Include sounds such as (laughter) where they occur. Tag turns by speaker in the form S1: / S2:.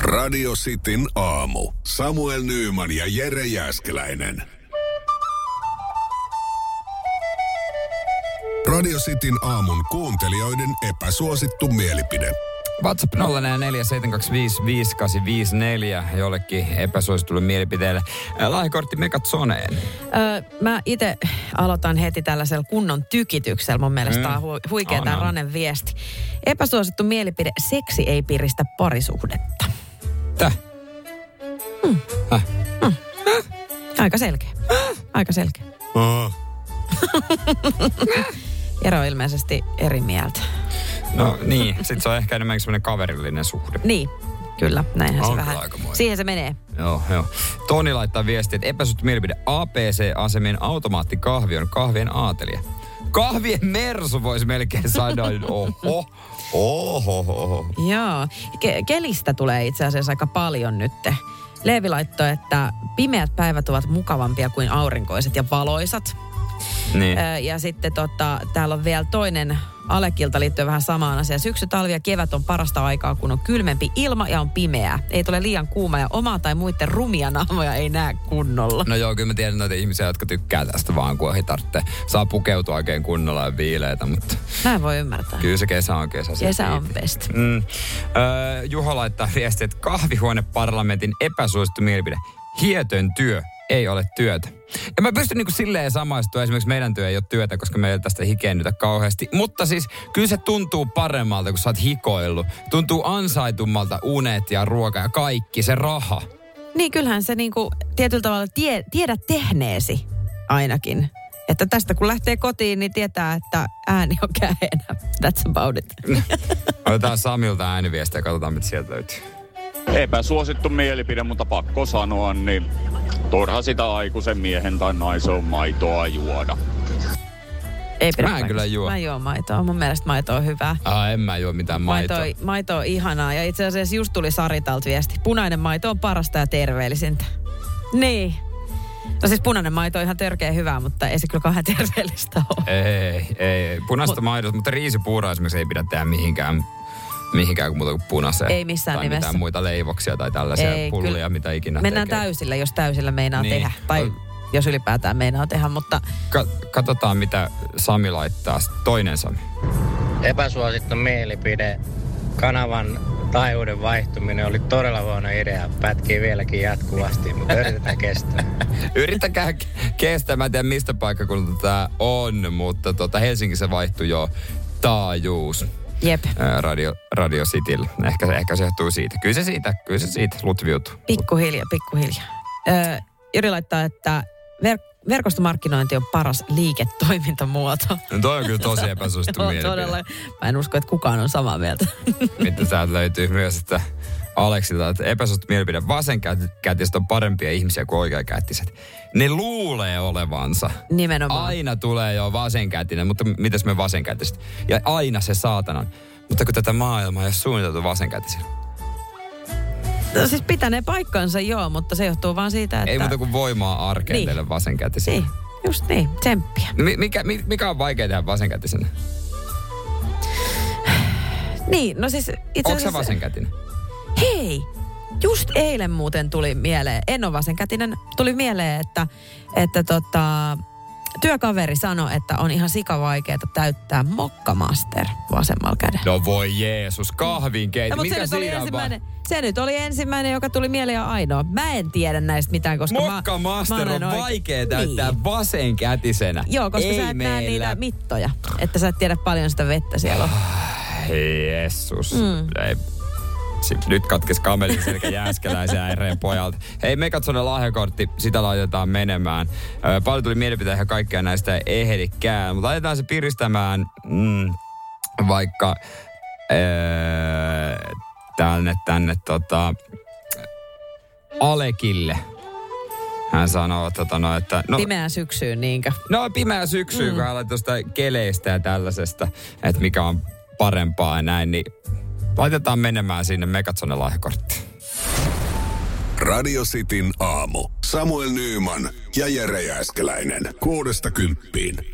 S1: Radio Cityn aamu. Samuel Nyyman ja Jere Jäskeläinen. Radio Cityn aamun kuuntelijoiden epäsuosittu mielipide.
S2: WhatsApp 0447255854 jollekin epäsuositulle mielipiteelle. Ää, Lahjakortti Megatsoneen.
S3: Öö, mä itse aloitan heti tällaisella kunnon tykityksellä. Mun mielestä
S2: Mm.
S3: mm. tämä on hu- huikea
S2: On,
S3: tämä
S2: on.
S3: Ranen viesti. Epäsuosittu mielipide, seksi ei piristä parisuhdetta.
S2: Täh?
S3: Aika
S2: (gasps)
S3: selkeä. Aika selkeä.
S1: Oh.
S3: Jero on ilmeisesti eri mieltä.
S2: No niin, sit se on ehkä enemmänkin semmoinen kaverillinen suhde.
S3: Niin, kyllä. Näinhän
S2: On
S3: se
S2: kyllä
S3: vähän.
S2: aikamoinen.
S3: Siihen se menee.
S2: Joo, joo. Toni laittaa viestiä, että epäsuhtu mielipide APC-asemien automaattikahvi on kahvien aatelia. Kahvien mersu voisi melkein sanoa. Oho, oho, oho.
S3: Joo. Ke- kelistä tulee itse asiassa aika paljon nytte. Leevi laittoi, että pimeät päivät ovat mukavampia kuin aurinkoiset ja valoisat.
S2: Niin.
S3: Ö, Ja sitten tota, täällä on vielä toinen Alekilta liittyen vähän samaan asiaan. Syksy, talvi ja kevät on parasta aikaa, kun on kylmempi ilma ja on pimeää. Ei tule liian kuuma ja omaa tai muiden rumia naamoja ei näe
S2: (laughs)
S3: kunnolla.
S2: No joo, kyllä mä tiedän noita ihmisiä, jotka tykkää tästä vaan, kun ei tarvitse. Saa pukeutua oikein kunnolla ja viileitä, mutta
S3: Näin voi ymmärtää.
S2: kyllä se kesä on kesä. se
S3: Kesä on
S2: viileä.
S3: best.
S2: Mm. Öö, Juho laittaa viestiä, että kahvihuoneparlamentin epäsuosittu mielipide. Hietön työ ei ole työtä. Ja mä pystyn niinku silleen samaistua. Esimerkiksi meidän työ ei ole työtä, koska me ei tästä hikennytä kauheasti. Mutta siis kyllä se tuntuu paremmalta, kun sä oot hikoillut. Tuntuu ansaitummalta unet ja ruoka ja kaikki, se raha.
S3: Niin kyllähän se niinku tietyllä tavalla tie, tiedä tehneesi ainakin. Että tästä kun lähtee kotiin, niin tietää, että ääni on (laughs) käheenä. That's about
S2: (laughs)
S3: it.
S2: Otetaan Samilta ääniviestiä ja katsotaan, mitä sieltä löytyy.
S4: Epäsuosittu mielipide, mutta pakko sanoa, niin turha sitä aikuisen miehen tai naisen maitoa juoda.
S3: Ei
S2: Mä
S3: pidä
S2: en
S3: paikkaansa.
S2: kyllä juo.
S3: Mä juon maitoa. Mun mielestä maito on hyvää.
S2: Ah, en mä juo mitään maitoa.
S3: Maito, maito on ihanaa ja itse asiassa just tuli Saritalta viesti. Punainen maito on parasta ja terveellisintä. Niin. No siis punainen maito on ihan törkeä hyvää, mutta ei se kyllä kauhean terveellistä ole.
S2: Ei, ei, ei. Punaista Mut, maidosta, mutta riisipuuroa esimerkiksi ei pidä tehdä mihinkään, mihinkään muuta kuin punaiseen.
S3: Ei missään
S2: tai
S3: nimessä.
S2: mitään muita leivoksia tai tällaisia
S3: Ei,
S2: ei, no pullia,
S3: kyllä.
S2: mitä ikinä
S3: Mennään
S2: tekee.
S3: täysillä, jos täysillä meinaa
S2: Niin.
S3: niin. tehdä. Tai
S2: Oi.
S3: jos ylipäätään meinaa tehdä, mutta
S2: Ka- katsotaan, mitä Sami laittaa. Toinen Sami.
S5: Epäsuosittu mielipide. Kanavan taajuuden vaihtuminen oli todella huono idea. Pätkii vieläkin jatkuvasti, mutta yritetään kestää.
S2: Yrittäkää ke- kestää. Mä en tiedä, mistä paikkakunnalta tämä on, mutta tota, Helsingissä vaihtui jo taajuus.
S3: jep,
S2: ää, Radio, Radio Cityllä. Ehkä, se- ehkä se johtuu siitä. Kyllä se siitä, kyllä se siitä lutviutuu.
S3: pikkuhiljaa, pikkuhiljaa. Öö, Jyri laittaa, että ver- verkostomarkkinointi on paras liiketoimintamuoto.
S2: No toi on kyllä tosi
S3: (laughs)
S2: epäsuosittu
S3: Joo,
S2: mielipide.
S3: todella. Mä en usko, että kukaan on samaa mieltä. (laughs)
S2: mitä täältä löytyy myös, että Aleksilta, että epäsuosittu mielipide, vasenkätiset on parempia ihmisiä kuin oikeakätiset. Ne luulee olevansa.
S3: Nimenomaan.
S2: Aina tulee jo vasenkätinen, mutta m- mitäs me vasenkätiset? Ja aina se saatanan. Mutta kun tätä maailmaa ei ole suunniteltu vasenkätisille.
S3: No siis pitänee paikkansa joo, mutta se johtuu vaan siitä, että...
S2: Ei muuta kuin voimaa arkeen
S3: Niin.
S2: teille vasenkätisille.
S3: Niin, just niin, tsemppiä.
S2: Mi- mikä, mi- mikä on vaikea tehdä vasenkätisenä?
S3: Niin, no siis itse
S2: Onko se vasenkätinen?
S3: Hei! Just eilen muuten tuli mieleen, en ole vasenkätinen, tuli mieleen, että, että tota, työkaveri sanoi, että on ihan sikavaikeeta täyttää mokkamaster vasemmalla kädellä.
S2: No voi Jeesus, kahvin keitä.
S3: No, mutta
S2: mikä
S3: se, nyt oli
S2: siinä on va-
S3: ensimmäinen, se nyt oli ensimmäinen, joka tuli mieleen ja ainoa. Mä en tiedä näistä mitään, koska
S2: Mokka
S3: mä,
S2: Master
S3: mä
S2: on
S3: olen oike-
S2: vaikea täyttää
S3: Niin.
S2: niin. vasenkätisenä.
S3: Joo, koska
S2: Ei
S3: sä et näe
S2: meillä.
S3: niitä mittoja. Että sä et tiedä paljon sitä
S2: (laughs)
S3: vettä siellä on.
S2: Jeesus. Mm. Ei. Sit nyt katkes kamelin selkä jääskeläisen äireen pojalta. Hei, me katsotaan lahjakortti, sitä laitetaan menemään. Ö, paljon tuli mielipiteitä ja kaikkea näistä ei ehdikään, mutta laitetaan se piristämään mm, vaikka öö, tänne, tänne tota, Alekille. Hän sanoo, tota, no, että... No,
S3: Pimeään syksyyn, niinkö?
S2: No pimeä syksy, mm. kun hän tuosta keleistä ja tällaisesta, että mikä on parempaa ja näin, niin laitetaan menemään sinne Megatsonen lahjakorttiin.
S1: Radio Cityn aamu. Samuel Nyyman ja Jere Jäskeläinen. Kuudesta kymppiin.